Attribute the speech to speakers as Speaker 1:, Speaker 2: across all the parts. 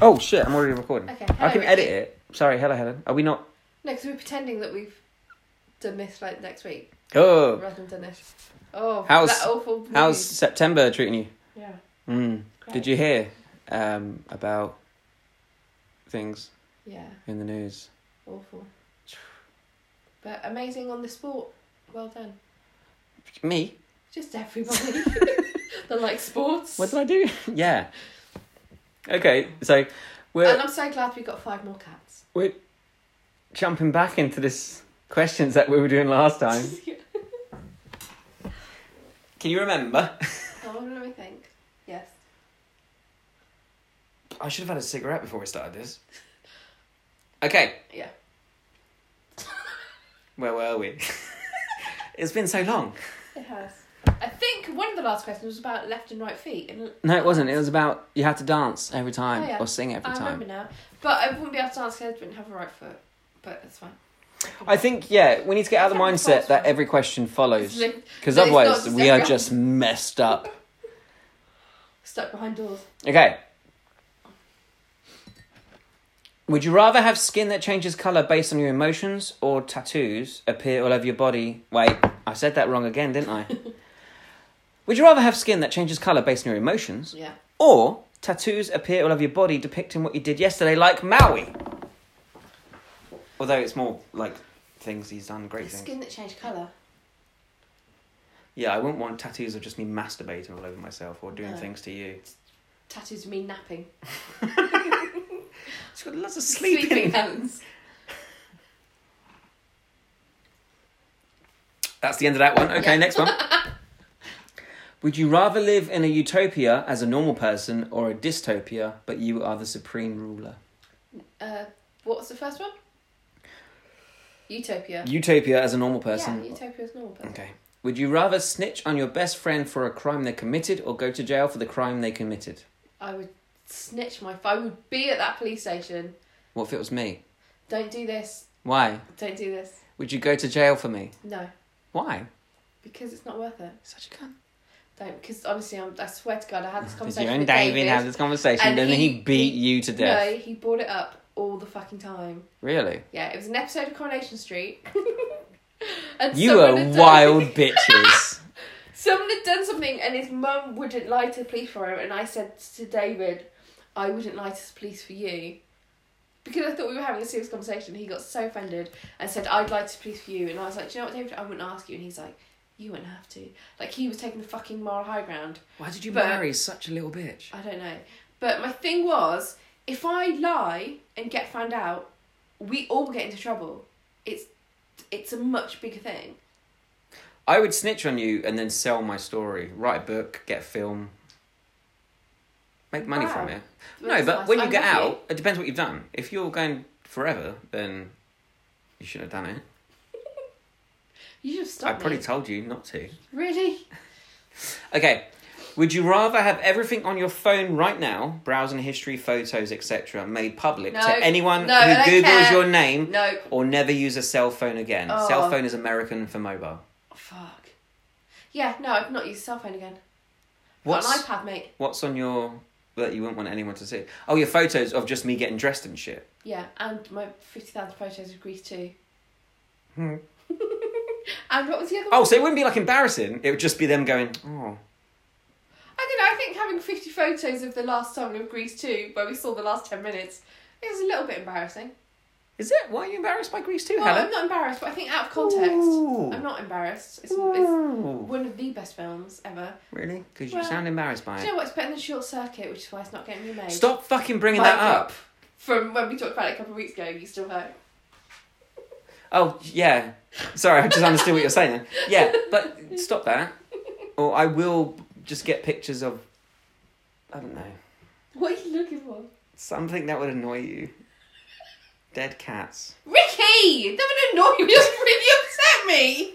Speaker 1: Oh shit! I'm already recording.
Speaker 2: Okay,
Speaker 1: I
Speaker 2: hello,
Speaker 1: can edit
Speaker 2: Ricky.
Speaker 1: it. Sorry, hello Helen. Are we not?
Speaker 2: No, because we're pretending that we've done this like next week
Speaker 1: Oh,
Speaker 2: rather than done this. Oh,
Speaker 1: How's-
Speaker 2: that awful. News.
Speaker 1: how's September treating you?
Speaker 2: Yeah.
Speaker 1: Mm. Did you hear um, about things
Speaker 2: Yeah,
Speaker 1: in the news?
Speaker 2: awful. But amazing on the sport. Well done.
Speaker 1: Me?
Speaker 2: Just everybody that likes sports.
Speaker 1: What did I do? yeah. Okay, so
Speaker 2: and
Speaker 1: we're
Speaker 2: I'm so glad we got five more cats.
Speaker 1: we're jumping back into this questions that we were doing last time. Can you remember?
Speaker 2: oh, let me think. Yes.
Speaker 1: I should have had a cigarette before we started this. Okay.
Speaker 2: Yeah.
Speaker 1: Where were we? it's been so long.
Speaker 2: It has. I think one of the last questions was about left and right feet. And
Speaker 1: No, it wasn't. It was about you had to dance every time
Speaker 2: Oh, yeah.
Speaker 1: or sing every
Speaker 2: I
Speaker 1: time.
Speaker 2: remember now. But I wouldn't be able to answer because I didn't have a right foot. But that's fine.
Speaker 1: I think yeah, we need to get out of the
Speaker 2: It's like the
Speaker 1: mindset
Speaker 2: first
Speaker 1: that
Speaker 2: one.
Speaker 1: every question follows,
Speaker 2: It's like-
Speaker 1: because
Speaker 2: no, it's not,
Speaker 1: otherwise
Speaker 2: it's
Speaker 1: we are
Speaker 2: every-
Speaker 1: just messed up.
Speaker 2: Stuck behind doors.
Speaker 1: Okay. Would you rather have skin that changes color based on your emotions, or tattoos appear all over your body? Wait, I said that wrong again, didn't I? Would you rather have skin that changes color based on your emotions,
Speaker 2: Yeah.
Speaker 1: or tattoos appear all over your body depicting what you did yesterday, like Maui? Although it's more like things he's done, great things.
Speaker 2: Skin that changed colour.
Speaker 1: Yeah, I wouldn't want tattoos of just me masturbating all over myself or doing
Speaker 2: No.
Speaker 1: things to you.
Speaker 2: Tattoos of me napping.
Speaker 1: It's got lots of sleeping.
Speaker 2: hands.
Speaker 1: That's the end of that one. Okay,
Speaker 2: Yeah.
Speaker 1: next one. Would you rather live in a utopia as a normal person or a dystopia, but you are the supreme ruler?
Speaker 2: Uh, what was the first one? Utopia.
Speaker 1: Utopia as a normal person.
Speaker 2: Yeah, Utopia's normal person.
Speaker 1: okay. Would you rather snitch on your best friend for a crime they committed or go to jail for the crime they committed?
Speaker 2: I would snitch my... I would be at that police station.
Speaker 1: What if it was me?
Speaker 2: Don't do this.
Speaker 1: Why?
Speaker 2: Don't do this.
Speaker 1: Would you go to jail for me?
Speaker 2: No.
Speaker 1: Why?
Speaker 2: Because it's not worth it.
Speaker 1: Such a cunt.
Speaker 2: Don't. Because honestly, I'm, I swear to God, I had this
Speaker 1: Did you
Speaker 2: conversation
Speaker 1: and
Speaker 2: with
Speaker 1: David,
Speaker 2: David.
Speaker 1: have this conversation?
Speaker 2: and
Speaker 1: Then he,
Speaker 2: he-
Speaker 1: beat
Speaker 2: he-
Speaker 1: you to death.
Speaker 2: no, he brought it up all the fucking time.
Speaker 1: Really?
Speaker 2: Yeah, it was an episode of Coronation Street. and
Speaker 1: You
Speaker 2: someone
Speaker 1: are
Speaker 2: had done-
Speaker 1: wild bitches.
Speaker 2: Someone had done something, and his mum wouldn't lie to the police for him. And I said to David, "I wouldn't lie to the police for you," because I thought we were having a serious conversation. He got so offended and said, "I'd lie to the police for you." And I was like, "Do you know what, David? I wouldn't ask you." And he's like, "You wouldn't have to." Like he was taking the fucking moral high ground.
Speaker 1: Why did you
Speaker 2: But-
Speaker 1: marry such a little bitch?
Speaker 2: I don't know. But my thing was, if I lie and get found out, we all get into trouble. It's it's a much bigger thing.
Speaker 1: I would snitch on you and then sell my story, write a book, get a film, make money from
Speaker 2: Wow.
Speaker 1: it. no,
Speaker 2: Well, that's
Speaker 1: but
Speaker 2: nice.
Speaker 1: when you
Speaker 2: I'm
Speaker 1: get
Speaker 2: with you.
Speaker 1: out, it depends what you've done. If you're going forever, then you shouldn't have done it.
Speaker 2: You should have
Speaker 1: I
Speaker 2: stopped
Speaker 1: probably
Speaker 2: me.
Speaker 1: told you not to.
Speaker 2: really?
Speaker 1: Okay. Would you rather have everything on your phone right now, browsing history, photos, etc., made public
Speaker 2: No.
Speaker 1: to anyone
Speaker 2: No,
Speaker 1: who
Speaker 2: I don't
Speaker 1: Googles
Speaker 2: care.
Speaker 1: your name
Speaker 2: No.
Speaker 1: or never use a cell phone again?
Speaker 2: Oh.
Speaker 1: Cell phone is American for mobile.
Speaker 2: Fuck. Yeah, no, I've not used cell phone again. Got
Speaker 1: What's,
Speaker 2: an iPad, mate.
Speaker 1: what's on your. that you wouldn't want anyone to see? Oh, your photos of just me getting dressed and shit.
Speaker 2: Yeah, and my 50,000 photos of Greece too.
Speaker 1: Hmm.
Speaker 2: and what was the other one?
Speaker 1: Oh, so it wouldn't be like embarrassing. It would just be them going, oh.
Speaker 2: I don't know, I think having 50 photos of the last song of Greece too, where we saw the last 10 minutes, is a little bit embarrassing.
Speaker 1: Is it? Why are you embarrassed by Greece too,
Speaker 2: Well, I'm
Speaker 1: Helen?
Speaker 2: not embarrassed, but I think out of context,
Speaker 1: Ooh.
Speaker 2: I'm not embarrassed. It's, it's
Speaker 1: Ooh.
Speaker 2: one of the best films ever.
Speaker 1: Really? Because you
Speaker 2: Well,
Speaker 1: sound embarrassed by
Speaker 2: Do
Speaker 1: it.
Speaker 2: you know what? It's better than Short Circuit, which is why it's not getting remade.
Speaker 1: Stop fucking bringing
Speaker 2: Mic
Speaker 1: that up.
Speaker 2: From when we talked about it a couple of weeks ago, you still hurt.
Speaker 1: Oh, yeah. Sorry, I just understood what you're saying then. Yeah, but stop that. Or I will just get pictures of, I don't know,
Speaker 2: What are you looking for?
Speaker 1: something that would annoy you. Dead cats.
Speaker 2: Ricky! That would annoy you. Just really upset me.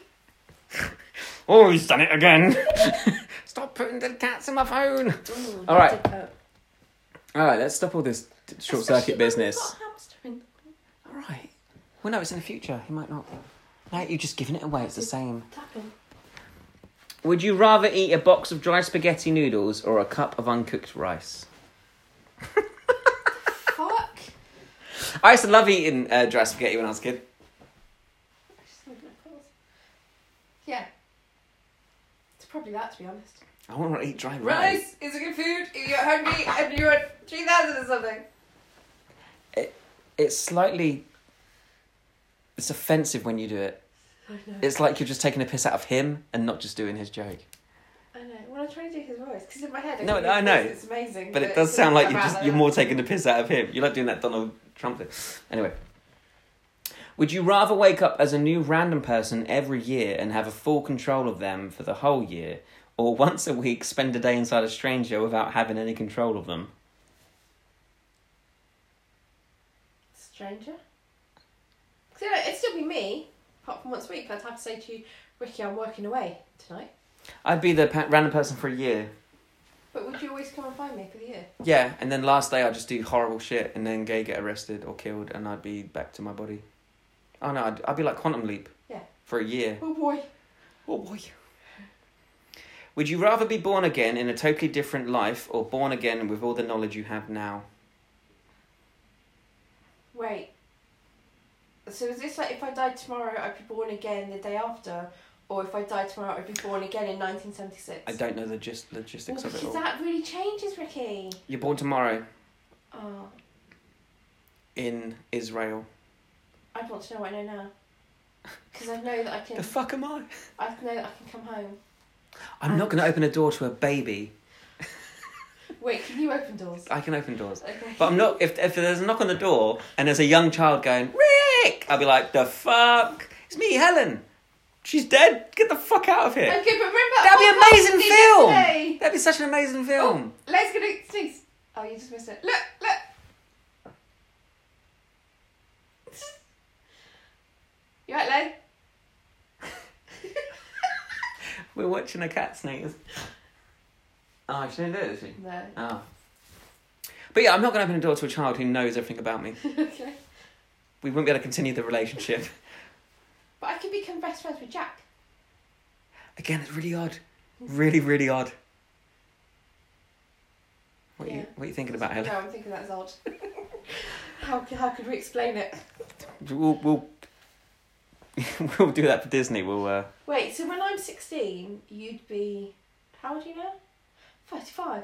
Speaker 1: Oh, he's done it again. stop putting dead cats in my phone. All right.
Speaker 2: uh,
Speaker 1: All right, let's stop all this t- short circuit business. All right. Well, no, it's in the future. He might not. No, you're just giving it away. It's the same. Would you rather eat a box of dry spaghetti noodles or a cup of uncooked rice? I used to love eating uh, dry spaghetti when I was a kid.
Speaker 2: Just thinking of course. Yeah. It's probably that, to be honest.
Speaker 1: I want to eat dry rice.
Speaker 2: Rice is a good food if you're hungry and you're at 3,000 or something.
Speaker 1: It's slightly. It's offensive when you do it.
Speaker 2: I know.
Speaker 1: It's like you're just taking a piss out of him and not just doing his joke.
Speaker 2: I know. Well, I'm trying to do his voice because in my head, I
Speaker 1: No,
Speaker 2: can do
Speaker 1: I
Speaker 2: his
Speaker 1: know.
Speaker 2: voice, It's amazing.
Speaker 1: But it
Speaker 2: it's
Speaker 1: does
Speaker 2: sort
Speaker 1: sound
Speaker 2: of
Speaker 1: like you're
Speaker 2: about
Speaker 1: just
Speaker 2: that.
Speaker 1: you're more taking the piss out of him. You're like doing that Donald Trump thing. Anyway. Would you rather wake up as a new random person every year and have a full control of them for the whole year, or once a week spend a day inside a stranger without having any control of them?
Speaker 2: Stranger. Because you know, it'd still be me, apart from once a week. I'd have to say to you, Ricky, I'm working away tonight.
Speaker 1: I'd be the pa- random person for a year.
Speaker 2: But would you always come and find me for the year?
Speaker 1: Yeah, and then last day I'd just do horrible shit, and then gay get arrested or killed, and I'd be back to my body. Oh no, I'd, I'd be like Quantum Leap.
Speaker 2: Yeah.
Speaker 1: For a year.
Speaker 2: Oh boy.
Speaker 1: Oh boy. Would you rather be born again in a totally different life or born again with all the knowledge you have now?
Speaker 2: Wait. So is this like if I died tomorrow, I'd be born again the day after, or if I died tomorrow, I'd be born again in 1976?
Speaker 1: I don't know the gist,
Speaker 2: Well,
Speaker 1: logistics of it
Speaker 2: because
Speaker 1: all.
Speaker 2: that really changes, Ricky.
Speaker 1: You're born tomorrow
Speaker 2: Oh,
Speaker 1: in Israel.
Speaker 2: I'd want to know what I know now. Because I know that I can.
Speaker 1: The fuck am I?
Speaker 2: I know that I can come home.
Speaker 1: I'm not going to open a door to a baby.
Speaker 2: Wait, can you open doors?
Speaker 1: I can open doors.
Speaker 2: Okay.
Speaker 1: But I'm not. If, if there's a knock on the door and there's a young child going, Rick! I'll be like, the fuck? It's me, Helen. She's dead. Get the fuck out of
Speaker 2: Okay,
Speaker 1: here.
Speaker 2: but remember
Speaker 1: That'd be
Speaker 2: oh,
Speaker 1: an
Speaker 2: God,
Speaker 1: amazing
Speaker 2: we did
Speaker 1: film.
Speaker 2: yesterday.
Speaker 1: That'd be such an amazing film.
Speaker 2: Let's get a sneeze. Oh, you just missed it. Look, look. You right, Len? Oh.
Speaker 1: We're watching a cat sneeze. Oh, she didn't do it, did she?
Speaker 2: no.
Speaker 1: Oh. But yeah, I'm not going to open a door to a child who knows everything about me.
Speaker 2: okay.
Speaker 1: We wouldn't be able to continue the relationship.
Speaker 2: But I could become best friends with Jack.
Speaker 1: Again, it's really odd. Really, really odd. What, are
Speaker 2: Yeah.
Speaker 1: you, what are you thinking about, Helen?
Speaker 2: No, I'm thinking that's odd. how, how could we explain it?
Speaker 1: We'll, we'll, we'll do that for Disney. We'll, uh,
Speaker 2: Wait, so when I'm 16, you'd be. How old are you now? 35.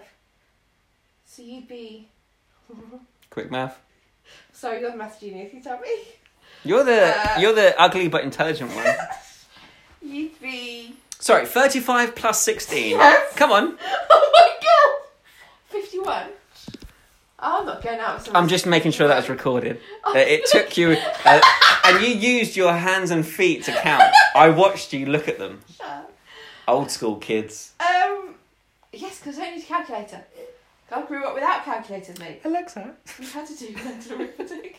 Speaker 2: So you'd be.
Speaker 1: quick math.
Speaker 2: Sorry, you're the math genius, you tell me.
Speaker 1: You're the,
Speaker 2: Uh.
Speaker 1: you're the ugly but intelligent one.
Speaker 2: You'd be.
Speaker 1: Sorry, 35 plus 16.
Speaker 2: Yes.
Speaker 1: Come on.
Speaker 2: Oh my god! 51. Oh, I'm not going out with someone.
Speaker 1: I'm just making sure that's recorded. Uh, it took you, uh, and you used your hands and feet to count. I watched you look at them. Old school kids.
Speaker 2: Um, yes, because I don't need a calculator. I grew up without calculators, mate.
Speaker 1: Alexa,
Speaker 2: We had to do mental arithmetic.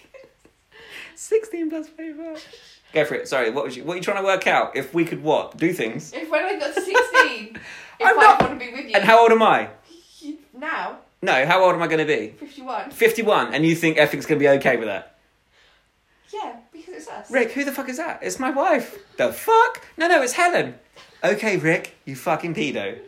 Speaker 1: 16 plus 25. Go for it. Sorry, what was you, what are you trying to work out? If we could what? Do things?
Speaker 2: If when I got to 16, if i
Speaker 1: I'm not-
Speaker 2: want to be with you,
Speaker 1: And how old am I?
Speaker 2: you- now,
Speaker 1: No, how old am I going to be?
Speaker 2: 51.
Speaker 1: 51, and you think everything's going to be okay with that?
Speaker 2: Yeah, because it's us.
Speaker 1: Rick, who the fuck is that? It's my wife. The fuck? No, no, it's Helen. Okay, Rick, you fucking pedo.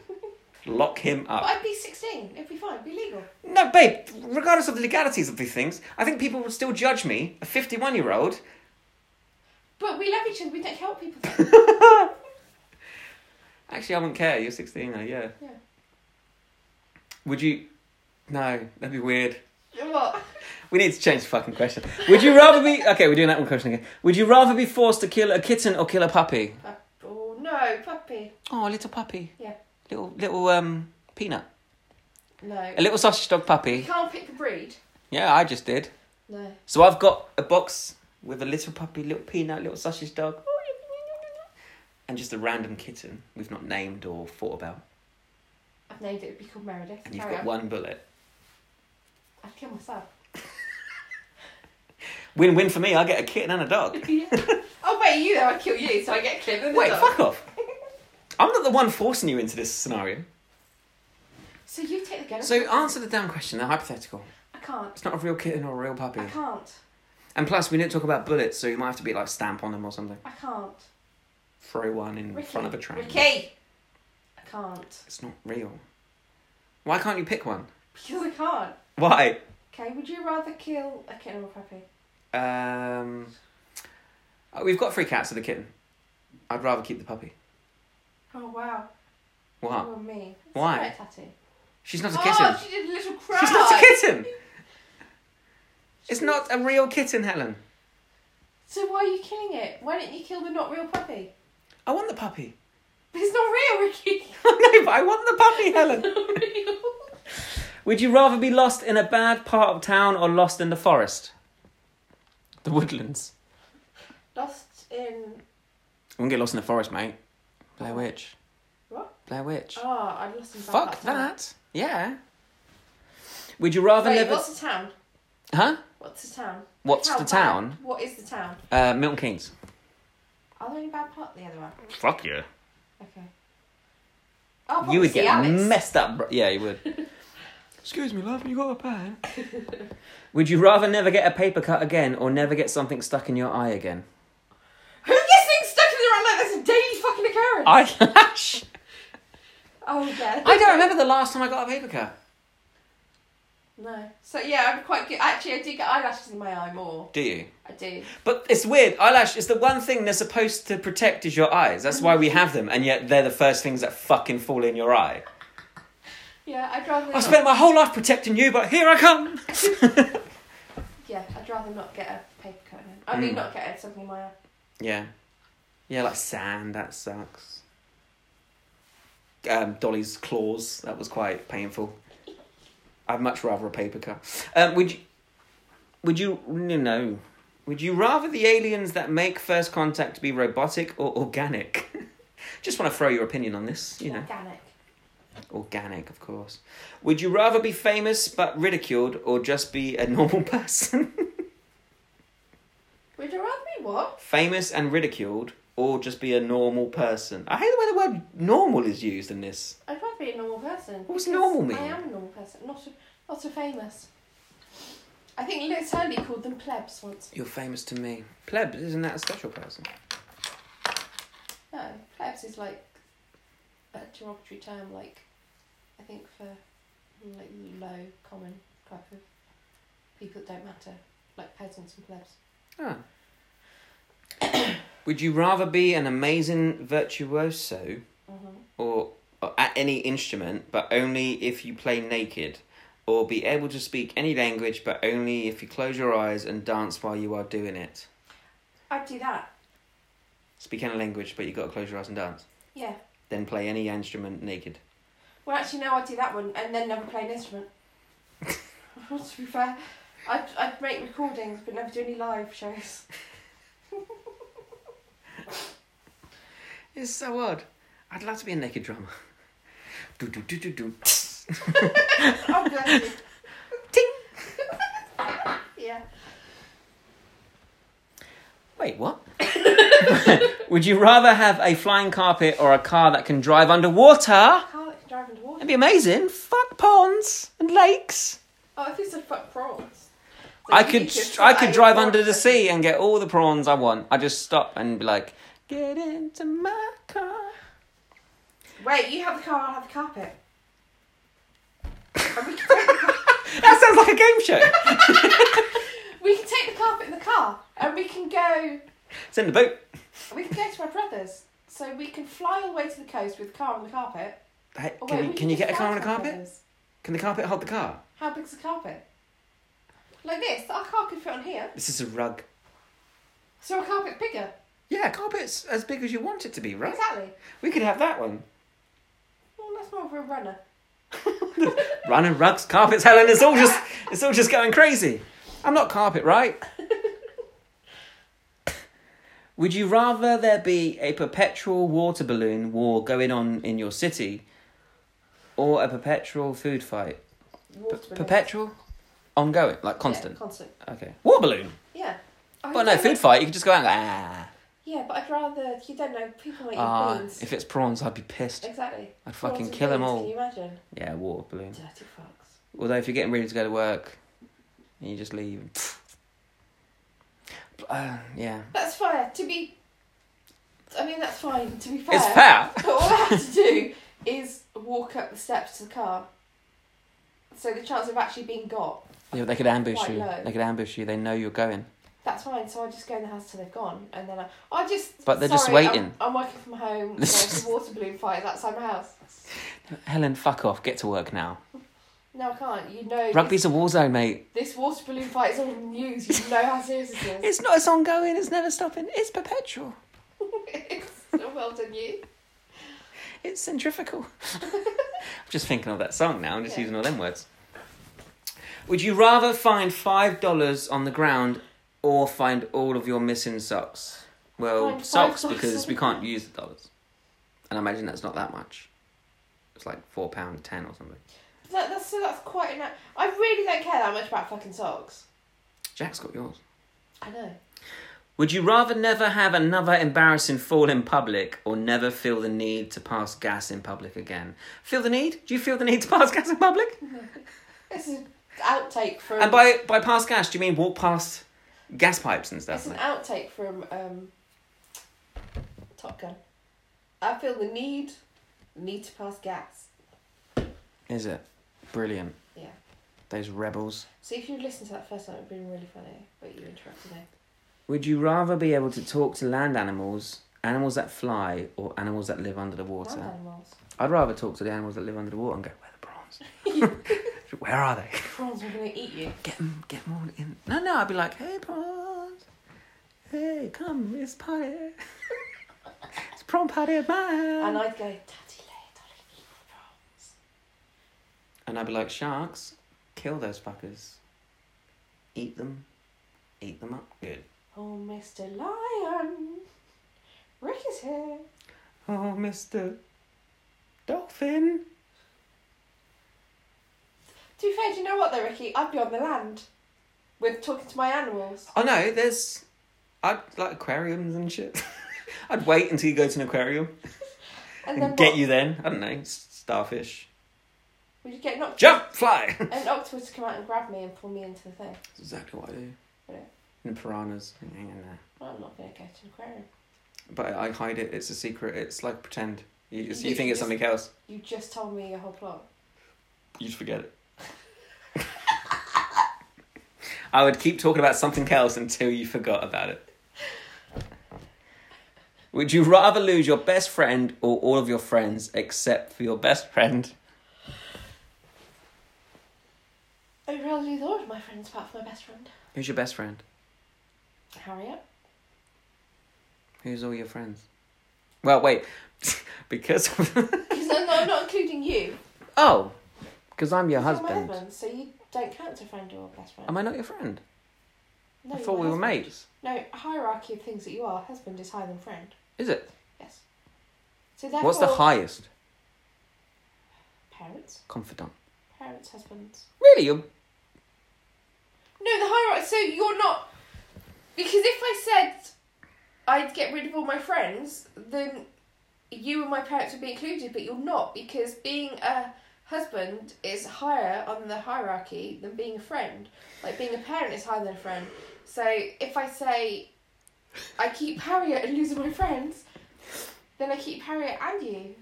Speaker 1: Lock him
Speaker 2: But
Speaker 1: up.
Speaker 2: I'd be 16. It'd be fine. It'd be legal.
Speaker 1: No, babe, regardless of the legalities of these things, I think people would still judge me, a 51 year old.
Speaker 2: But we love each other. We don't help people.
Speaker 1: Actually, I wouldn't care. You're 16 now, yeah.
Speaker 2: Yeah.
Speaker 1: Would you. No, that'd be weird.
Speaker 2: what?
Speaker 1: We need to change the fucking question. Would you rather be. Okay, we're doing that one question again. Would you rather be forced to kill a kitten or kill a puppy?
Speaker 2: Uh, Oh no, puppy.
Speaker 1: Oh, a little puppy.
Speaker 2: Yeah.
Speaker 1: Little, little, um, peanut.
Speaker 2: No.
Speaker 1: A little sausage dog
Speaker 2: You
Speaker 1: puppy.
Speaker 2: can't pick a breed.
Speaker 1: Yeah, I just did.
Speaker 2: No.
Speaker 1: So I've got a box with a little puppy, little peanut, little sausage dog, and just a random kitten we've not named or thought about.
Speaker 2: I've named it. It'd be called Meredith.
Speaker 1: And you've
Speaker 2: Carry
Speaker 1: got
Speaker 2: on.
Speaker 1: one bullet.
Speaker 2: I'd kill myself.
Speaker 1: Win win for me, I get a kitten and a dog.
Speaker 2: oh wait, you there? I'd kill you, so I get Cliff and the
Speaker 1: Wait,
Speaker 2: dog.
Speaker 1: fuck off. I'm not the one forcing you into this scenario.
Speaker 2: So you take the gun.
Speaker 1: So answer the damn question, they're hypothetical.
Speaker 2: I can't.
Speaker 1: It's not a real kitten or a real puppy.
Speaker 2: I can't.
Speaker 1: And plus, we didn't talk about bullets, so you might have to be like stamp on them or something.
Speaker 2: I can't.
Speaker 1: Throw one in
Speaker 2: Ricky.
Speaker 1: front of a train.
Speaker 2: Ricky. I can't
Speaker 1: It's not real. Why can't you pick one?
Speaker 2: because I can't.
Speaker 1: Why?
Speaker 2: Okay, would you rather kill a kitten or a puppy?
Speaker 1: Um, uh, we've got three cats and a kitten. I'd rather keep the puppy.
Speaker 2: Oh wow.
Speaker 1: What?
Speaker 2: Oh, me. It's
Speaker 1: Why?
Speaker 2: a rat tattoo.
Speaker 1: She's not a kitten.
Speaker 2: Oh, she did a little cry.
Speaker 1: She's not a kitten. It's not a real kitten, Helen.
Speaker 2: So why are you killing it? Why didn't you kill the not real puppy?
Speaker 1: I want the puppy.
Speaker 2: But it's not real, Ricky.
Speaker 1: no, but I want the puppy,
Speaker 2: It's
Speaker 1: Helen.
Speaker 2: not real.
Speaker 1: Would you rather be lost in a bad part of town or lost in the forest? The woodlands.
Speaker 2: Lost in
Speaker 1: I wouldn't get lost in the forest, mate. Blair Witch.
Speaker 2: what?
Speaker 1: Blair Witch.
Speaker 2: Oh, I lost in
Speaker 1: Fuck
Speaker 2: Belfast, huh?
Speaker 1: that. Yeah. Would you rather
Speaker 2: Wait,
Speaker 1: live?
Speaker 2: what's the town?
Speaker 1: Huh?
Speaker 2: What's the town?
Speaker 1: What's
Speaker 2: How
Speaker 1: the
Speaker 2: bad-
Speaker 1: town?
Speaker 2: What is the town?
Speaker 1: Uh, Milton Keynes.
Speaker 2: Are there any bad part the other one?
Speaker 1: Fuck yeah.
Speaker 2: Okay. Oh,
Speaker 1: You would
Speaker 2: see
Speaker 1: get
Speaker 2: Alex.
Speaker 1: messed up. Bro. Yeah, you would. Excuse me, love. You got a pen? would you rather never get a paper cut again or never get something stuck in your eye again?
Speaker 2: Who gets things stuck in their own leg? That's a daily fucking occurrence.
Speaker 1: Eyelash.
Speaker 2: Oh yeah.
Speaker 1: I don't remember the last time I got a paper cut.
Speaker 2: No. So yeah, I'm quite good. Actually, I do get eyelashes in my eye more.
Speaker 1: Do you?
Speaker 2: I do.
Speaker 1: But it's weird. Eyelash is the one thing they're supposed to protect is your eyes. That's why we have them, and yet they're the first things that fucking fall in your eye.
Speaker 2: Yeah, I'd rather.
Speaker 1: I spent my whole life protecting you, but here I come.
Speaker 2: Yeah, I'd rather not get a paper cut. then. I mean,
Speaker 1: Mm.
Speaker 2: not get something in my eye.
Speaker 1: yeah, yeah, like sand. That sucks. Um, Dolly's claws. That was quite painful. I'd much rather a paper cut. Um, would you? Would you? No, no. Would you rather the aliens that make first contact be robotic or organic? Just want to throw your opinion on this. You know.
Speaker 2: Organic.
Speaker 1: Organic, of course. Would you rather be famous but ridiculed or just be a normal person?
Speaker 2: Would you rather be what?
Speaker 1: famous and ridiculed or just be a normal person? I hate the way the word normal is used in this.
Speaker 2: I'd rather be a normal person.
Speaker 1: What's
Speaker 2: because
Speaker 1: normal mean?
Speaker 2: I am a normal person, not a, not a famous. I think Lewis Hurley called them plebs once.
Speaker 1: You're famous to me. Pleb, isn't that a special person?
Speaker 2: No, plebs is like a derogatory term, like I think for like low, common type of people that don't matter, like peasants and plebs.
Speaker 1: Ah. Would you rather be an amazing virtuoso
Speaker 2: Mm-hmm.
Speaker 1: or, or at any instrument but only if you play naked? Or be able to speak any language but only if you close your eyes and dance while you are doing it?
Speaker 2: I'd do that.
Speaker 1: Speak any language, but you got to close your eyes and dance.
Speaker 2: Yeah.
Speaker 1: Then play any instrument naked.
Speaker 2: Well, actually, no, I'd do that one and then never play an instrument. to be fair, I'd, I'd make recordings but never do any live shows.
Speaker 1: It's so odd. I'd love to be a naked drummer. Do do do do do.
Speaker 2: Oh, bless you.
Speaker 1: Ting.
Speaker 2: Yeah.
Speaker 1: Wait, what? Would you rather have a flying carpet or a car that can drive underwater?
Speaker 2: How that can drive into water.
Speaker 1: That'd be amazing. Fuck ponds and lakes.
Speaker 2: Oh, if it's a fuck prawns.
Speaker 1: I could I could drive under the sea and get all the prawns I want. I just stop and be like, get into my car.
Speaker 2: Wait, you have the car, I'll have the carpet. And we, can take the car-
Speaker 1: That sounds like a game show.
Speaker 2: we can take the carpet in the car and we can go
Speaker 1: it's in the boat.
Speaker 2: we can go to my brother's. So we can fly all the way to the coast with the car on the carpet.
Speaker 1: Hey,
Speaker 2: Or wait,
Speaker 1: can you,
Speaker 2: we
Speaker 1: can you
Speaker 2: just
Speaker 1: get a car
Speaker 2: fly
Speaker 1: on a
Speaker 2: to my
Speaker 1: carpet?
Speaker 2: brother's.
Speaker 1: Can the carpet hold the car?
Speaker 2: How big's the carpet? Like this, our car could fit on here.
Speaker 1: This is a rug.
Speaker 2: So our carpet's bigger.
Speaker 1: Yeah, carpet's as big as you want it to be, right?
Speaker 2: Exactly.
Speaker 1: We could have that one.
Speaker 2: Well, that's more of a runner.
Speaker 1: Running rugs, carpets, Helen, it's all just it's all just going crazy. I'm not carpet, right? Would you rather there be a perpetual water balloon war going on in your city or a perpetual food fight?
Speaker 2: Water balloon.
Speaker 1: Perpetual? Ongoing, like
Speaker 2: Yeah,
Speaker 1: constant.
Speaker 2: constant.
Speaker 1: Okay. War balloon.
Speaker 2: Yeah. I
Speaker 1: But no,
Speaker 2: don't
Speaker 1: food
Speaker 2: know-
Speaker 1: fight, you could just go out and
Speaker 2: Yeah, but I'd rather you don't know people
Speaker 1: go,
Speaker 2: eating
Speaker 1: ah. Ah,
Speaker 2: beans.
Speaker 1: if it's prawns, I'd be pissed.
Speaker 2: Exactly.
Speaker 1: I'd fucking
Speaker 2: Prawns and
Speaker 1: kill them
Speaker 2: beans,
Speaker 1: all.
Speaker 2: Can you imagine?
Speaker 1: Yeah, war balloon.
Speaker 2: Dirty fucks.
Speaker 1: Although if you're getting ready to go to work, and you just leave. Uh, yeah,
Speaker 2: That's fair. To be, I mean, that's fine. To be fair,
Speaker 1: it's fair.
Speaker 2: But all I have to do is walk up the steps to the car. So the chance of actually being got.
Speaker 1: Yeah, but they could ambush
Speaker 2: Quite
Speaker 1: you.
Speaker 2: low.
Speaker 1: They could ambush you. They know you're going.
Speaker 2: That's fine. So I just go in the house till they've gone, and then I, I just.
Speaker 1: But they're just
Speaker 2: sorry,
Speaker 1: waiting.
Speaker 2: I'm, I'm working from home. There's a water balloon fight outside my house.
Speaker 1: Helen, fuck off. Get to work now.
Speaker 2: No, I can't. You know,
Speaker 1: Rugby's a war zone, mate.
Speaker 2: this, this water balloon fight is on the news. You know how serious it is.
Speaker 1: It's not. It's ongoing. It's never stopping. It's perpetual.
Speaker 2: it's well done, you.
Speaker 1: It's centrifugal. I'm just thinking of that song now. I'm just
Speaker 2: Yeah.
Speaker 1: using all them words. Would you rather find five dollars on the ground or find all of your missing socks? Well,
Speaker 2: Find five
Speaker 1: socks
Speaker 2: socks
Speaker 1: because
Speaker 2: on
Speaker 1: we
Speaker 2: the
Speaker 1: can't
Speaker 2: ground.
Speaker 1: use the dollars, and I imagine that's not that much. It's like four pound ten or something.
Speaker 2: That, that's so that's quite. Enough. I really don't care that much about fucking socks.
Speaker 1: Jack's got yours.
Speaker 2: I know.
Speaker 1: Would you rather never have another embarrassing fall in public or never feel the need to pass gas in public again? Feel the need? Do you feel the need to pass gas in public?
Speaker 2: It's an outtake from.
Speaker 1: And by by pass gas, do you mean walk past gas pipes and stuff?
Speaker 2: It's an
Speaker 1: like-
Speaker 2: outtake from um, Top Gun. I feel the need, need to pass gas.
Speaker 1: Is it? Brilliant.
Speaker 2: Yeah.
Speaker 1: Those rebels.
Speaker 2: So if you listened to that first time, it would have been really funny, but you interrupted me.
Speaker 1: Would you rather be able to talk to land animals, animals that fly, or animals that live under the water?
Speaker 2: Land animals.
Speaker 1: I'd rather talk to the animals that live under the water and go, where are the prawns? where are they?
Speaker 2: Prawns are going to eat you.
Speaker 1: Get them, get them all in. No, no, I'd be like, hey, prawns. Hey, come, it's party. it's prawn party at my house.
Speaker 2: And I'd go, Daddy, lay, darling, eat the prawns.
Speaker 1: And I'd be like, sharks, kill those fuckers. Eat them. Eat them up. Good.
Speaker 2: Oh, Mr. Lion, Rick is here.
Speaker 1: Oh, Mr. Dolphin.
Speaker 2: To be fair, do you know what though, Ricky? I'd be on the land with talking to my animals.
Speaker 1: Oh no, there's. I'd like aquariums and shit. I'd wait until you go to an aquarium and,
Speaker 2: And then
Speaker 1: get
Speaker 2: what?
Speaker 1: you then. I don't know, s- starfish.
Speaker 2: Would you get an octopus?
Speaker 1: Jump, fly!
Speaker 2: An octopus to come out and grab me and pull me into the thing.
Speaker 1: That's exactly what I do.
Speaker 2: Really?
Speaker 1: And piranhas. hang in there.
Speaker 2: Well, I'm not going to go to an aquarium.
Speaker 1: But I hide it, it's a secret, it's like pretend. You, just, you
Speaker 2: You
Speaker 1: think it's
Speaker 2: just-
Speaker 1: something else,
Speaker 2: You just told me your whole plot.
Speaker 1: you just forget it. I would keep talking about something else until you forgot about it. Would you rather lose your best friend or all of your friends except for your best friend?
Speaker 2: I'd rather lose all of my friends apart from my best friend.
Speaker 1: Who's your best friend?
Speaker 2: Harriet?
Speaker 1: Who's all your friends? Well, wait, because
Speaker 2: Because I'm, not- I'm not including you.
Speaker 1: oh, because I'm your
Speaker 2: You're my
Speaker 1: husband.
Speaker 2: husband, so you don't count as a friend or a best friend.
Speaker 1: Am I not your friend?
Speaker 2: no,
Speaker 1: I
Speaker 2: you're
Speaker 1: thought
Speaker 2: my
Speaker 1: we were
Speaker 2: husband.
Speaker 1: mates.
Speaker 2: No, hierarchy of things that you are, husband is higher than friend.
Speaker 1: Is it?
Speaker 2: Yes. So therefore,
Speaker 1: What's the highest?
Speaker 2: Parents.
Speaker 1: Confidant.
Speaker 2: Parents, husbands.
Speaker 1: Really? You're...
Speaker 2: No, the hierarchy. So you're not. Because if I said I'd get rid of all my friends, then you and my parents would be included, but you're not because being a husband is higher on the hierarchy than being a friend. Like being a parent is higher than a friend. So if I say I keep Harriet and losing my friends, then I keep Harriet and you.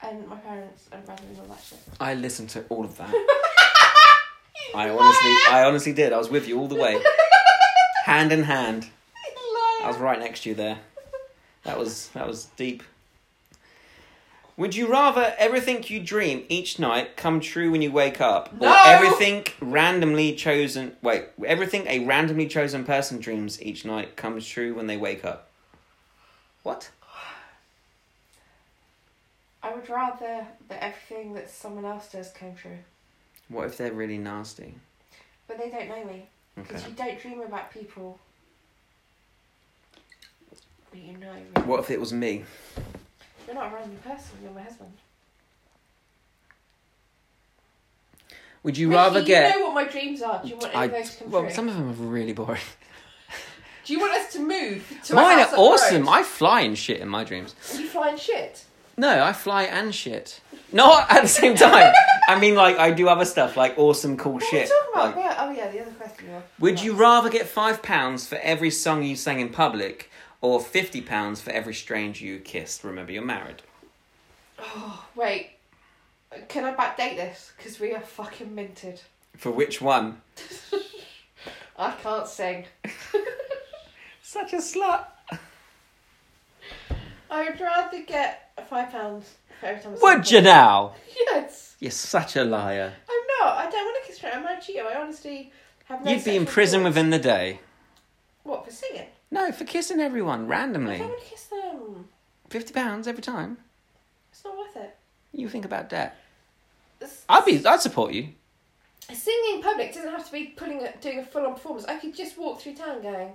Speaker 2: And my parents and brother and all that shit.
Speaker 1: I listened to all of that. I honestly, I honestly did. I was with you all the way, hand in hand. I was right next to you there. That was that was deep. Would you rather everything you dream each night come true when you wake up,
Speaker 2: No!
Speaker 1: or everything randomly chosen? Wait, everything a randomly chosen person dreams each night comes true when they wake up. What?
Speaker 2: I would rather that everything that someone else does came true,
Speaker 1: What if they're really nasty?
Speaker 2: but they don't know me because
Speaker 1: Okay.
Speaker 2: you don't dream about people. But you know, me.
Speaker 1: What if it was me?
Speaker 2: you're not a random person. You're my husband.
Speaker 1: Would you
Speaker 2: Ricky,
Speaker 1: rather get?
Speaker 2: You know what my dreams are. Do you want any of those to come
Speaker 1: well,
Speaker 2: true?
Speaker 1: some of them are really boring.
Speaker 2: Do you want us to move to a
Speaker 1: Mine
Speaker 2: house
Speaker 1: are
Speaker 2: up the road?
Speaker 1: awesome. I fly and shit in my dreams.
Speaker 2: You flying shit.
Speaker 1: No, I fly and shit. Not at the same time. I mean, like I do other stuff, like awesome, cool
Speaker 2: What
Speaker 1: shit.
Speaker 2: are you talking about?
Speaker 1: Like,
Speaker 2: Yeah, oh yeah, the other question was.
Speaker 1: would you rather get five pounds for every song you sang in public, or fifty pounds for every stranger you kissed? Remember, you're married.
Speaker 2: Oh, wait. Can I backdate this? Because we are fucking minted.
Speaker 1: For which one?
Speaker 2: I can't sing.
Speaker 1: Such a slut.
Speaker 2: I would rather get five pounds for every time. I
Speaker 1: Would
Speaker 2: say
Speaker 1: you now?
Speaker 2: Yes.
Speaker 1: You're such a liar.
Speaker 2: I'm not. I don't want to kiss her. I'm not a Geo. I honestly have no.
Speaker 1: You'd be in
Speaker 2: sexual
Speaker 1: prison
Speaker 2: thoughts.
Speaker 1: within the day.
Speaker 2: What for singing?
Speaker 1: No, for kissing everyone
Speaker 2: I
Speaker 1: randomly.
Speaker 2: don't want to kiss them.
Speaker 1: Fifty pounds every time.
Speaker 2: It's not worth it.
Speaker 1: You think about debt.
Speaker 2: It's-
Speaker 1: I'd be. I'd support you.
Speaker 2: Singing in public doesn't have to be putting a, doing a full on performance. I could just walk through town going.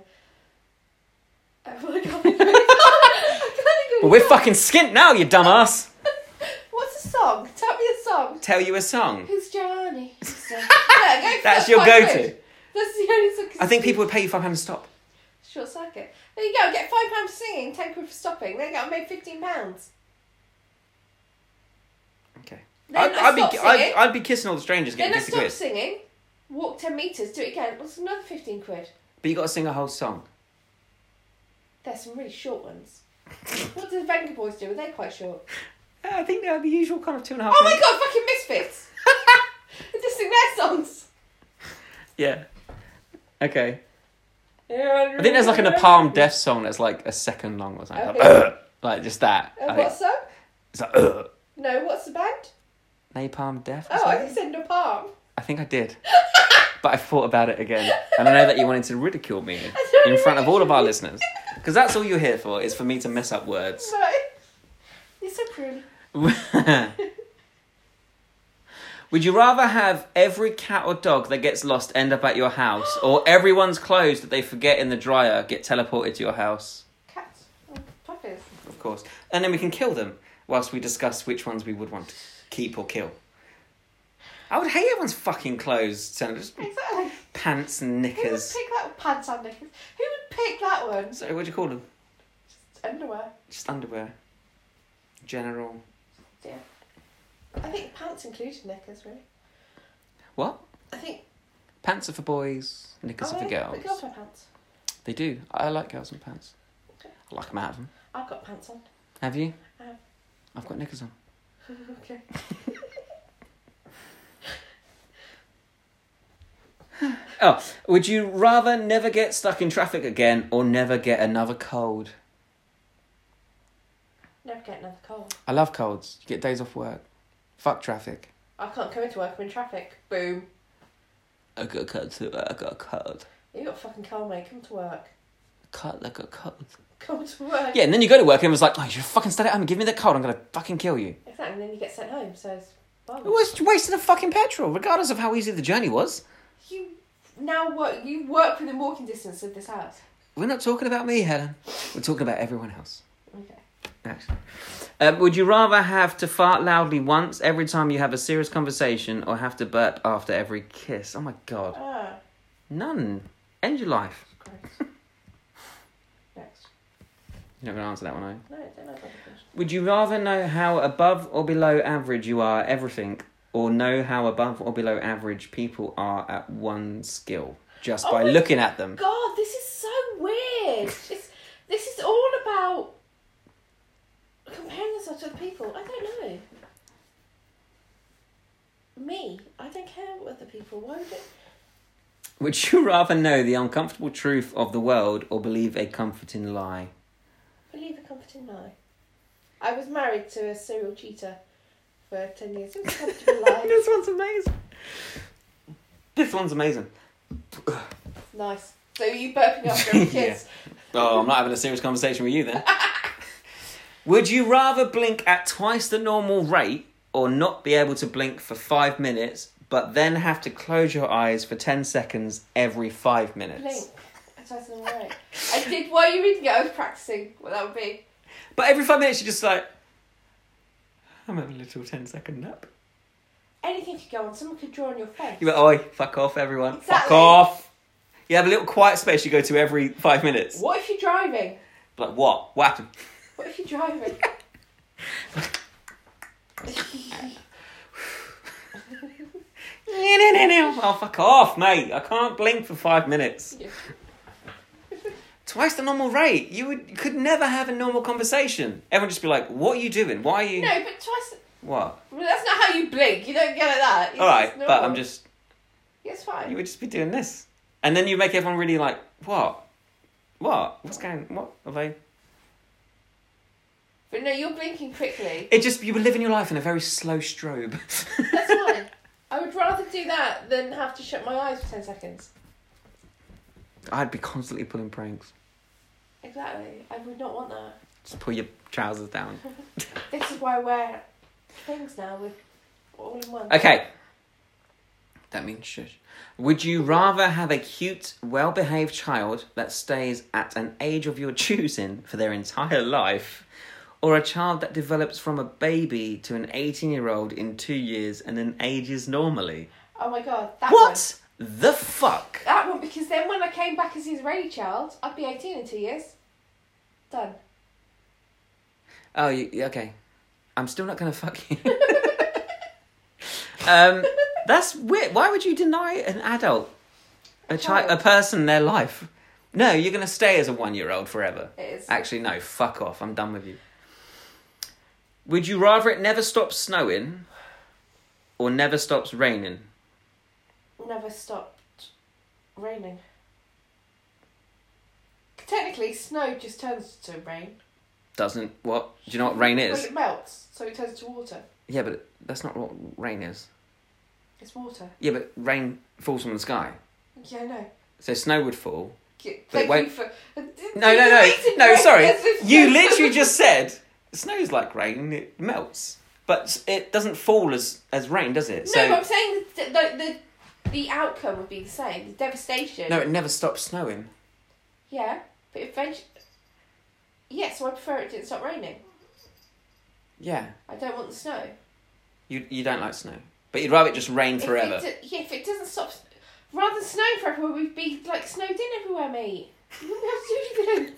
Speaker 2: Oh my god! I can't think of any
Speaker 1: Well, we're
Speaker 2: song.
Speaker 1: fucking skint now, you dumbass.
Speaker 2: What's a song? Tell me a song.
Speaker 1: Tell you a song.
Speaker 2: Who's Johnny? yeah, go
Speaker 1: That's
Speaker 2: for that
Speaker 1: your
Speaker 2: five
Speaker 1: go-to.
Speaker 2: quid. That's the only song.
Speaker 1: I think people would pay you five pounds to stop.
Speaker 2: Short circuit. There you go. Get five pounds for singing, ten quid for stopping. There you go. I made fifteen pounds.
Speaker 1: Okay.
Speaker 2: Then
Speaker 1: I'd,
Speaker 2: I,
Speaker 1: I'd
Speaker 2: stopped
Speaker 1: be.
Speaker 2: singing.
Speaker 1: I'd, I'd be kissing all the strangers
Speaker 2: then
Speaker 1: getting
Speaker 2: I
Speaker 1: fifty
Speaker 2: stopped
Speaker 1: quid.
Speaker 2: singing. Walk ten meters. Do it again. What's another fifteen quid?
Speaker 1: But you got to sing a whole song.
Speaker 2: There's some really short ones. what do the Venga Boys do? They're quite short.
Speaker 1: I think they're the usual kind of two and a half.
Speaker 2: Oh my
Speaker 1: minutes.
Speaker 2: god! Fucking misfits. they just sing their songs.
Speaker 1: Yeah. Okay. I think there's like an Napalm Death song that's like a second long or something. Like,
Speaker 2: Okay.
Speaker 1: like, just that.
Speaker 2: Uh,
Speaker 1: I think-
Speaker 2: what song?
Speaker 1: it's like, "Ugh."
Speaker 2: No, what's the band?
Speaker 1: Napalm Death. or
Speaker 2: Oh, I
Speaker 1: something?
Speaker 2: just said Napalm.
Speaker 1: I think I did. but I thought about it again. And I know that you wanted to ridicule me
Speaker 2: don't
Speaker 1: in front of all of our
Speaker 2: ridicule you.
Speaker 1: listeners. Because that's all you're here for, is for me to mess up words.
Speaker 2: Sorry. You're so prude.
Speaker 1: Would you rather have every cat or dog that gets lost end up at your house, or everyone's clothes that they forget in the dryer get teleported to your house?
Speaker 2: Cats. Oh, puppies.
Speaker 1: Of course. And then we can kill them whilst we discuss which ones we would want to keep or kill. I would hate everyone's fucking clothes, so just
Speaker 2: Exactly.
Speaker 1: pants and
Speaker 2: Who would
Speaker 1: knickers.
Speaker 2: pick that one? Pants and knickers. Who would pick that one?
Speaker 1: So what do you call them?
Speaker 2: Underwear.
Speaker 1: Just underwear. General.
Speaker 2: Yeah. I think pants included knickers, really.
Speaker 1: What?
Speaker 2: I think.
Speaker 1: Pants are for boys, knickers
Speaker 2: oh,
Speaker 1: are for
Speaker 2: yeah,
Speaker 1: girls.
Speaker 2: The girls wear pants.
Speaker 1: They do. I like girls in pants. I like them out of them.
Speaker 2: I've got pants on.
Speaker 1: Have you?
Speaker 2: Um.
Speaker 1: I've got knickers on.
Speaker 2: okay.
Speaker 1: Oh, would you rather never get stuck in traffic again or never get another cold?
Speaker 2: Never get another cold.
Speaker 1: I love colds. You get days off work. Fuck traffic.
Speaker 2: I can't come into work. I'm in traffic. Boom.
Speaker 1: I got a cold too. I got a cold.
Speaker 2: You got a fucking cold, mate. Come to work.
Speaker 1: Cold, I got a cold.
Speaker 2: Come to work.
Speaker 1: Yeah, and then you go to work and it's like, oh, you fucking stay at home and give me the cold. I'm going to fucking kill you.
Speaker 2: Exactly. And then you get sent home. So it's.
Speaker 1: It
Speaker 2: bollocks.
Speaker 1: was a waste of the fucking petrol, regardless of how easy the journey was.
Speaker 2: You now work. You work within walking distance of this house.
Speaker 1: We're not talking about me, Helen. We're talking about everyone else.
Speaker 2: Okay.
Speaker 1: Actually. Um, would you rather have to fart loudly once every time you have a serious conversation or have to burp after every kiss? Oh my god.
Speaker 2: Ah.
Speaker 1: None. End your life.
Speaker 2: Gross. Next.
Speaker 1: You're not going to answer that one, are you?
Speaker 2: No, don't know about the question.
Speaker 1: Would you rather know how above or below average you are at everything or know how above or below average people are at one skill just
Speaker 2: Oh
Speaker 1: by
Speaker 2: my
Speaker 1: looking at them?
Speaker 2: God, this is so weird. It's, this is all about comparing yourself to other people. I don't know. Me, I don't care what other people. Why would it?
Speaker 1: Would you rather know the uncomfortable truth of the world or believe a comforting lie?
Speaker 2: Believe a comforting lie. I was married to a serial cheater for ten years. It was a comfortable lie.
Speaker 1: this one's amazing. This one's amazing.
Speaker 2: Nice. So you burping after a kiss?
Speaker 1: Oh, I'm not having a serious conversation with you then. Would you rather blink at twice the normal rate or not be able to blink for five minutes, but then have to close your eyes for 10 seconds every five minutes?
Speaker 2: Blink. That's why I said I'm right. I did while you were reading it. I was practicing what that would be.
Speaker 1: But every five minutes, you're just like, I'm having a little 10 second nap.
Speaker 2: Anything could go on. Someone could draw on your face.
Speaker 1: You're like, oi, fuck off, everyone. Fuck
Speaker 2: Exactly.
Speaker 1: off. You have a little quiet space you go to every five minutes.
Speaker 2: What if you're driving?
Speaker 1: Like, what? What happened?
Speaker 2: What if you're driving?
Speaker 1: No, no, no, no. Oh, fuck off, mate. I can't blink for five minutes.
Speaker 2: Yeah.
Speaker 1: Twice the normal rate. You would you could never have a normal conversation. Everyone just be like, "What are you doing? Why are you
Speaker 2: no, but twice.
Speaker 1: what?"
Speaker 2: Well, that's not how you blink. You don't go like that. It's
Speaker 1: All right,
Speaker 2: just
Speaker 1: but
Speaker 2: normal.
Speaker 1: I'm just
Speaker 2: Yeah, It's
Speaker 1: you
Speaker 2: fine.
Speaker 1: would just be doing this, and then you make everyone really like, "What? What? What's going? What have I?
Speaker 2: But no, you're blinking quickly.
Speaker 1: It just you were living your life in a very slow strobe.
Speaker 2: That's fine. I would rather do that than have to shut my eyes for 10 seconds.
Speaker 1: I'd be constantly pulling pranks.
Speaker 2: Exactly. I would not want that.
Speaker 1: Just pull your trousers down.
Speaker 2: This is why I wear things now with all in one.
Speaker 1: Okay. That means shush. Would you rather have a cute, well behaved child that stays at an age of your choosing for their entire life, or a child that develops from a baby to an 18 year old in two years and then ages normally?
Speaker 2: Oh my god, that one.
Speaker 1: What the fuck?
Speaker 2: That one, because then when I came back as Israeli child, I'd be 18 in two years. Done.
Speaker 1: Oh, you, you- okay. I'm still not gonna fuck you. um, that's weird. Why would you deny an adult, a child, a
Speaker 2: child.
Speaker 1: person their life? No, you're gonna stay as a one-year-old forever.
Speaker 2: It is.
Speaker 1: Actually, no. Fuck off. I'm done with you. Would you rather it never stops snowing, or never stops raining?
Speaker 2: Never stopped raining. Technically, snow just turns to rain.
Speaker 1: Doesn't what? Do you know what rain
Speaker 2: Well,
Speaker 1: is?
Speaker 2: it melts, so it turns to water.
Speaker 1: Yeah, but that's not what rain is.
Speaker 2: It's water.
Speaker 1: Yeah, but rain falls from the sky,
Speaker 2: Yeah, I know.
Speaker 1: so snow would fall.
Speaker 2: G-
Speaker 1: But
Speaker 2: Thank
Speaker 1: wait-
Speaker 2: you for. uh,
Speaker 1: No, no, no, no. Sorry, you literally just said snow's like rain; it melts, but it doesn't fall as as rain, does it?
Speaker 2: No, but I'm saying the, the, the, the outcome would be the same. The devastation.
Speaker 1: no, it never stops snowing.
Speaker 2: Yeah, but eventually. Yeah, so I prefer it didn't stop raining.
Speaker 1: Yeah,
Speaker 2: I don't want the snow.
Speaker 1: you you don't like snow, but you'd rather it just rain
Speaker 2: If
Speaker 1: forever.
Speaker 2: it do- yeah, if it doesn't stop. Rather than snow for everywhere, we'd be like snowed in everywhere, mate. We wouldn't be able to do anything.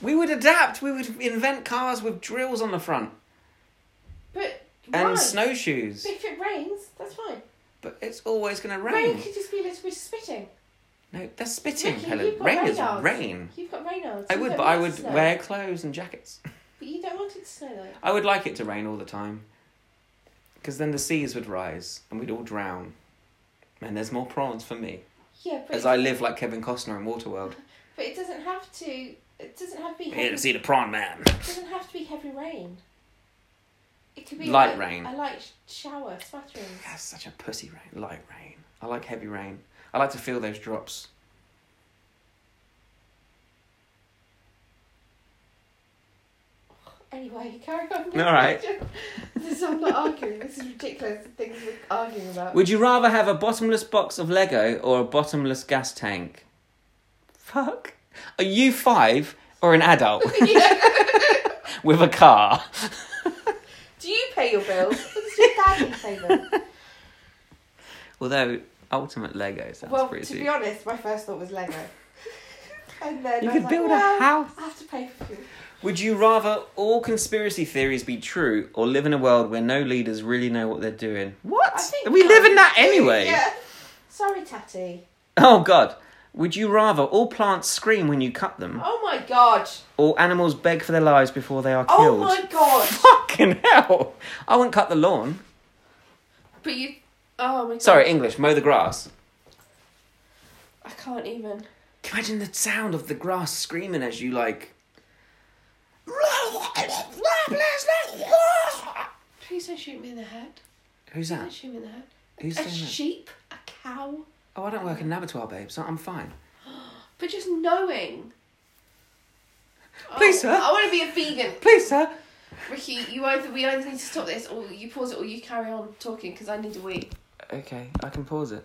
Speaker 1: We would adapt. We would invent cars with drills on the front
Speaker 2: But
Speaker 1: and
Speaker 2: why?
Speaker 1: snowshoes.
Speaker 2: But if it rains, that's fine.
Speaker 1: But it's always going to
Speaker 2: Rain.
Speaker 1: rain.
Speaker 2: could just be a little bit of spitting.
Speaker 1: No, that's spitting,
Speaker 2: Ricky,
Speaker 1: Helen.
Speaker 2: you've got
Speaker 1: Rain is
Speaker 2: radars.
Speaker 1: rain.
Speaker 2: You've got rain on. so
Speaker 1: I
Speaker 2: you
Speaker 1: would,
Speaker 2: don't
Speaker 1: but I
Speaker 2: want
Speaker 1: would
Speaker 2: snow.
Speaker 1: wear clothes and jackets.
Speaker 2: But you don't want it to snow though.
Speaker 1: I would like it to rain all the time. Because then the seas would rise and we'd all drown. And there's more prawns for me.
Speaker 2: Yeah, but
Speaker 1: As I live like Kevin Costner in Waterworld.
Speaker 2: But it doesn't have to. It doesn't have to be.
Speaker 1: Here
Speaker 2: Heavy,
Speaker 1: to see the prawn man.
Speaker 2: It doesn't have to be heavy rain. It could be
Speaker 1: Light
Speaker 2: like
Speaker 1: rain.
Speaker 2: A light sh- shower, smatterings.
Speaker 1: That's such a pussy rain. Light rain. I like heavy rain. I like to feel those drops.
Speaker 2: Anyway, carry on. with
Speaker 1: All right.
Speaker 2: the question. this is, I'm not arguing. This is ridiculous. the Things we're arguing about.
Speaker 1: Would you rather have a bottomless box of Lego or a bottomless gas tank? Fuck. Are you five or an adult with a car?
Speaker 2: Do you pay your bills? Or does your daddy pay them?
Speaker 1: Although, ultimate Lego sounds
Speaker 2: well,
Speaker 1: pretty
Speaker 2: to
Speaker 1: sweet.
Speaker 2: be honest, my first thought was Lego. and then
Speaker 1: You
Speaker 2: I
Speaker 1: could
Speaker 2: was
Speaker 1: build a
Speaker 2: like, well,
Speaker 1: house.
Speaker 2: I have to pay for food.
Speaker 1: Would you rather all conspiracy theories be true or live in a world where no leaders really know what they're doing?
Speaker 2: I
Speaker 1: What?
Speaker 2: think
Speaker 1: We live in that
Speaker 2: Yeah.
Speaker 1: anyway.
Speaker 2: Yeah. Sorry, Tatty.
Speaker 1: Oh god. Would you rather all plants scream when you cut them
Speaker 2: Oh my god.
Speaker 1: or animals beg for their lives before they are
Speaker 2: Oh
Speaker 1: killed?
Speaker 2: my god.
Speaker 1: Fucking hell. I wouldn't cut the lawn.
Speaker 2: But you. Oh my god.
Speaker 1: Sorry, English, mow the grass.
Speaker 2: I can't even.
Speaker 1: Can you Imagine the sound of the grass screaming as you like
Speaker 2: Please don't shoot me in the head.
Speaker 1: Who's
Speaker 2: Don't
Speaker 1: that?
Speaker 2: shoot me in the head.
Speaker 1: Who's
Speaker 2: A
Speaker 1: saying that?
Speaker 2: sheep, a cow.
Speaker 1: Oh, I don't work in an abattoir, babe, so I'm fine.
Speaker 2: But just knowing.
Speaker 1: Please,
Speaker 2: Oh,
Speaker 1: sir.
Speaker 2: I want to be a vegan.
Speaker 1: Please, sir.
Speaker 2: Ricky, you either we either need to stop this or you pause it or you carry on talking because I need to wee.
Speaker 1: Okay, I can pause it.